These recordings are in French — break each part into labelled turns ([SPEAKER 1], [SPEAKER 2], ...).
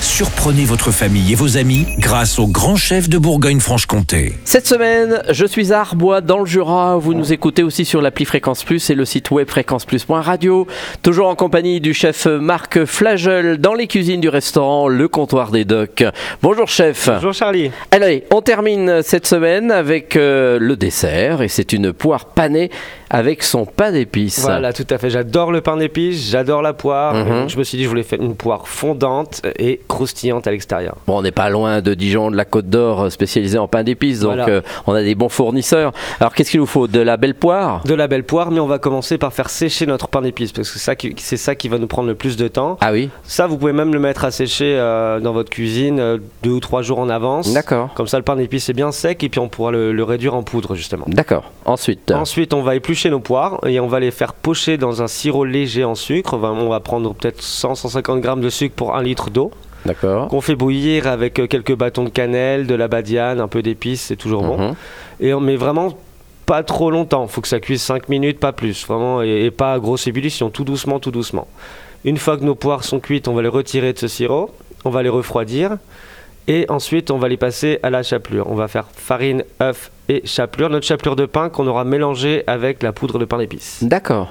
[SPEAKER 1] Surprenez votre famille et vos amis grâce au grand chef de Bourgogne-Franche-Comté.
[SPEAKER 2] Cette semaine, je suis à Arbois, dans le Jura. Vous nous écoutez aussi sur l'appli Fréquence Plus et le site web fréquenceplus.radio. Toujours en compagnie du chef Marc Flagel dans les cuisines du restaurant Le Comptoir des Docks. Bonjour chef.
[SPEAKER 3] Bonjour Charlie.
[SPEAKER 2] Allez, on termine cette semaine avec euh, le dessert et c'est une poire panée avec son pain d'épices.
[SPEAKER 3] Voilà, tout à fait. J'adore le pain d'épices, j'adore la poire.
[SPEAKER 2] Mhm.
[SPEAKER 3] Et donc, Je me suis dit, je voulais faire une poire fondante et croustillante à l'extérieur.
[SPEAKER 2] Bon, on n'est pas loin de Dijon, de la Côte d'Or, euh, spécialisée en pain d'épices, donc
[SPEAKER 3] Voilà.
[SPEAKER 2] euh, on a des bons fournisseurs. Alors qu'est-ce qu'il nous faut De la belle poire
[SPEAKER 3] De la belle poire, mais on va commencer par faire sécher notre pain d'épices parce que c'est ça qui, c'est ça qui va nous prendre le plus de temps.
[SPEAKER 2] Ah oui
[SPEAKER 3] Ça, vous pouvez même le mettre à sécher euh, dans votre cuisine euh, deux ou trois jours en avance.
[SPEAKER 2] D'accord.
[SPEAKER 3] Comme ça, le pain d'épices est bien sec et puis on pourra le, le réduire en poudre justement.
[SPEAKER 2] D'accord. Ensuite,
[SPEAKER 3] Ensuite, on va éplucher nos poires et on va les faire pocher dans un sirop léger en sucre. On va- On va prendre peut-être 100-150 grammes de sucre pour un litre d'eau.
[SPEAKER 2] d'accord.
[SPEAKER 3] qu'on fait bouillir avec euh, quelques bâtons de cannelle, de la badiane, un peu d'épices, c'est toujours bon.
[SPEAKER 2] Mhm.
[SPEAKER 3] Et on met vraiment pas trop longtemps, faut que ça cuise 5 minutes, pas plus, vraiment, et, et pas à grosse ébullition, tout doucement, tout doucement. Une fois que nos poires sont cuites, on va les retirer de ce sirop, on va les refroidir, et ensuite on va les passer à la chapelure. On va faire farine, œuf et chapelure, notre chapelure de pain qu'on aura mélangée avec la poudre de pain d'épices.
[SPEAKER 2] D'accord.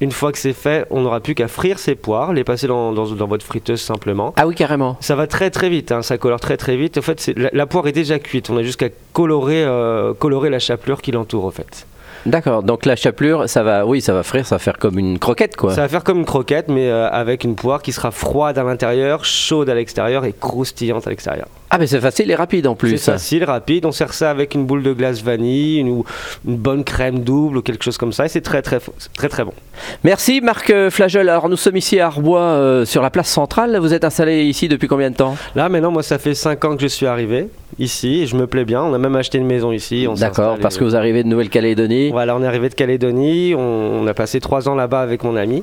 [SPEAKER 3] Une fois que c'est fait, on n'aura plus qu'à frire ces poires, les passer dans- dans- dans votre friteuse simplement.
[SPEAKER 2] Ah oui, carrément.
[SPEAKER 3] Ça va très très vite, hein, ça colore très très vite. En fait, c'est- la, la poire est déjà cuite. On a jusqu'à colorer, euh, colorer la chapelure qui l'entoure, en fait.
[SPEAKER 2] D'accord. Donc la chapelure, ça va, oui, ça va frire, ça va faire comme une croquette, quoi.
[SPEAKER 3] Ça va faire comme une croquette, mais euh, avec une poire qui sera froide à l'intérieur, chaude à l'extérieur et croustillante à l'extérieur.
[SPEAKER 2] Ah mais c'est facile et rapide en plus.
[SPEAKER 3] C'est facile, rapide. On sert ça avec une boule de glace vanille, une, ou une bonne crème double ou quelque chose comme ça. Et c'est très très fo- très très bon.
[SPEAKER 2] Merci Marc euh, Flagel. Alors nous sommes ici à Arbois, euh, sur la place centrale. Vous êtes installé ici depuis combien de temps
[SPEAKER 3] Là, maintenant, moi, ça fait 5 ans que je suis arrivé ici et je me plais bien. On a même acheté une maison ici. on
[SPEAKER 2] D'accord,
[SPEAKER 3] s'installe
[SPEAKER 2] parce
[SPEAKER 3] et-
[SPEAKER 2] que vous arrivez de Nouvelle-Calédonie.
[SPEAKER 3] Voilà, on est arrivé de Calédonie, on, on a passé trois ans là-bas avec mon ami.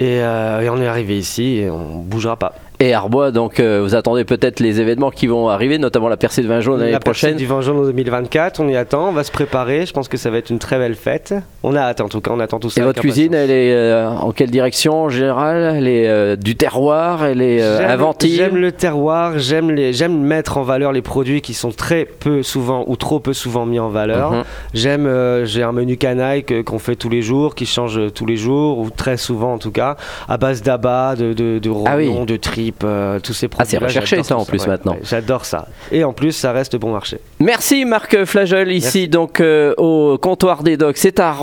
[SPEAKER 3] Et, euh, et on est arrivé ici et on bougera pas.
[SPEAKER 2] Et Arbois, donc euh, vous attendez peut-être les événements qui vont arriver, notamment la percée de vin jaune l'année
[SPEAKER 3] la percée
[SPEAKER 2] prochaine.
[SPEAKER 3] du 20 juin 2024, on y attend, on va se préparer. Je pense que ça va être une très belle fête. On a hâte en tout cas, on attend tout ça.
[SPEAKER 2] Et
[SPEAKER 3] avec
[SPEAKER 2] votre cuisine, elle
[SPEAKER 3] impatience.
[SPEAKER 2] est euh, en quelle direction en général Elle est euh, du terroir, elle est euh,
[SPEAKER 3] J'aime- J'aime
[SPEAKER 2] inventive.
[SPEAKER 3] le terroir, j'aime les- j'aime mettre en valeur les produits qui sont très peu souvent ou trop peu souvent mis en valeur.
[SPEAKER 2] Mhm.
[SPEAKER 3] J'aime, euh, j'ai un menu canaille que- qu'on fait tous les jours, qui change euh, tous les jours ou très souvent en tout cas, à base d'abats, de, de, de rognons,
[SPEAKER 2] Ah oui. Ah,
[SPEAKER 3] de tripes, euh, tous ces produits.
[SPEAKER 2] recherché, ça, en plus, maintenant.
[SPEAKER 3] J'adore ça. Et en plus, ça reste bon marché.
[SPEAKER 2] Merci Marc Flagel, ici donc euh, au comptoir des docks, c'est à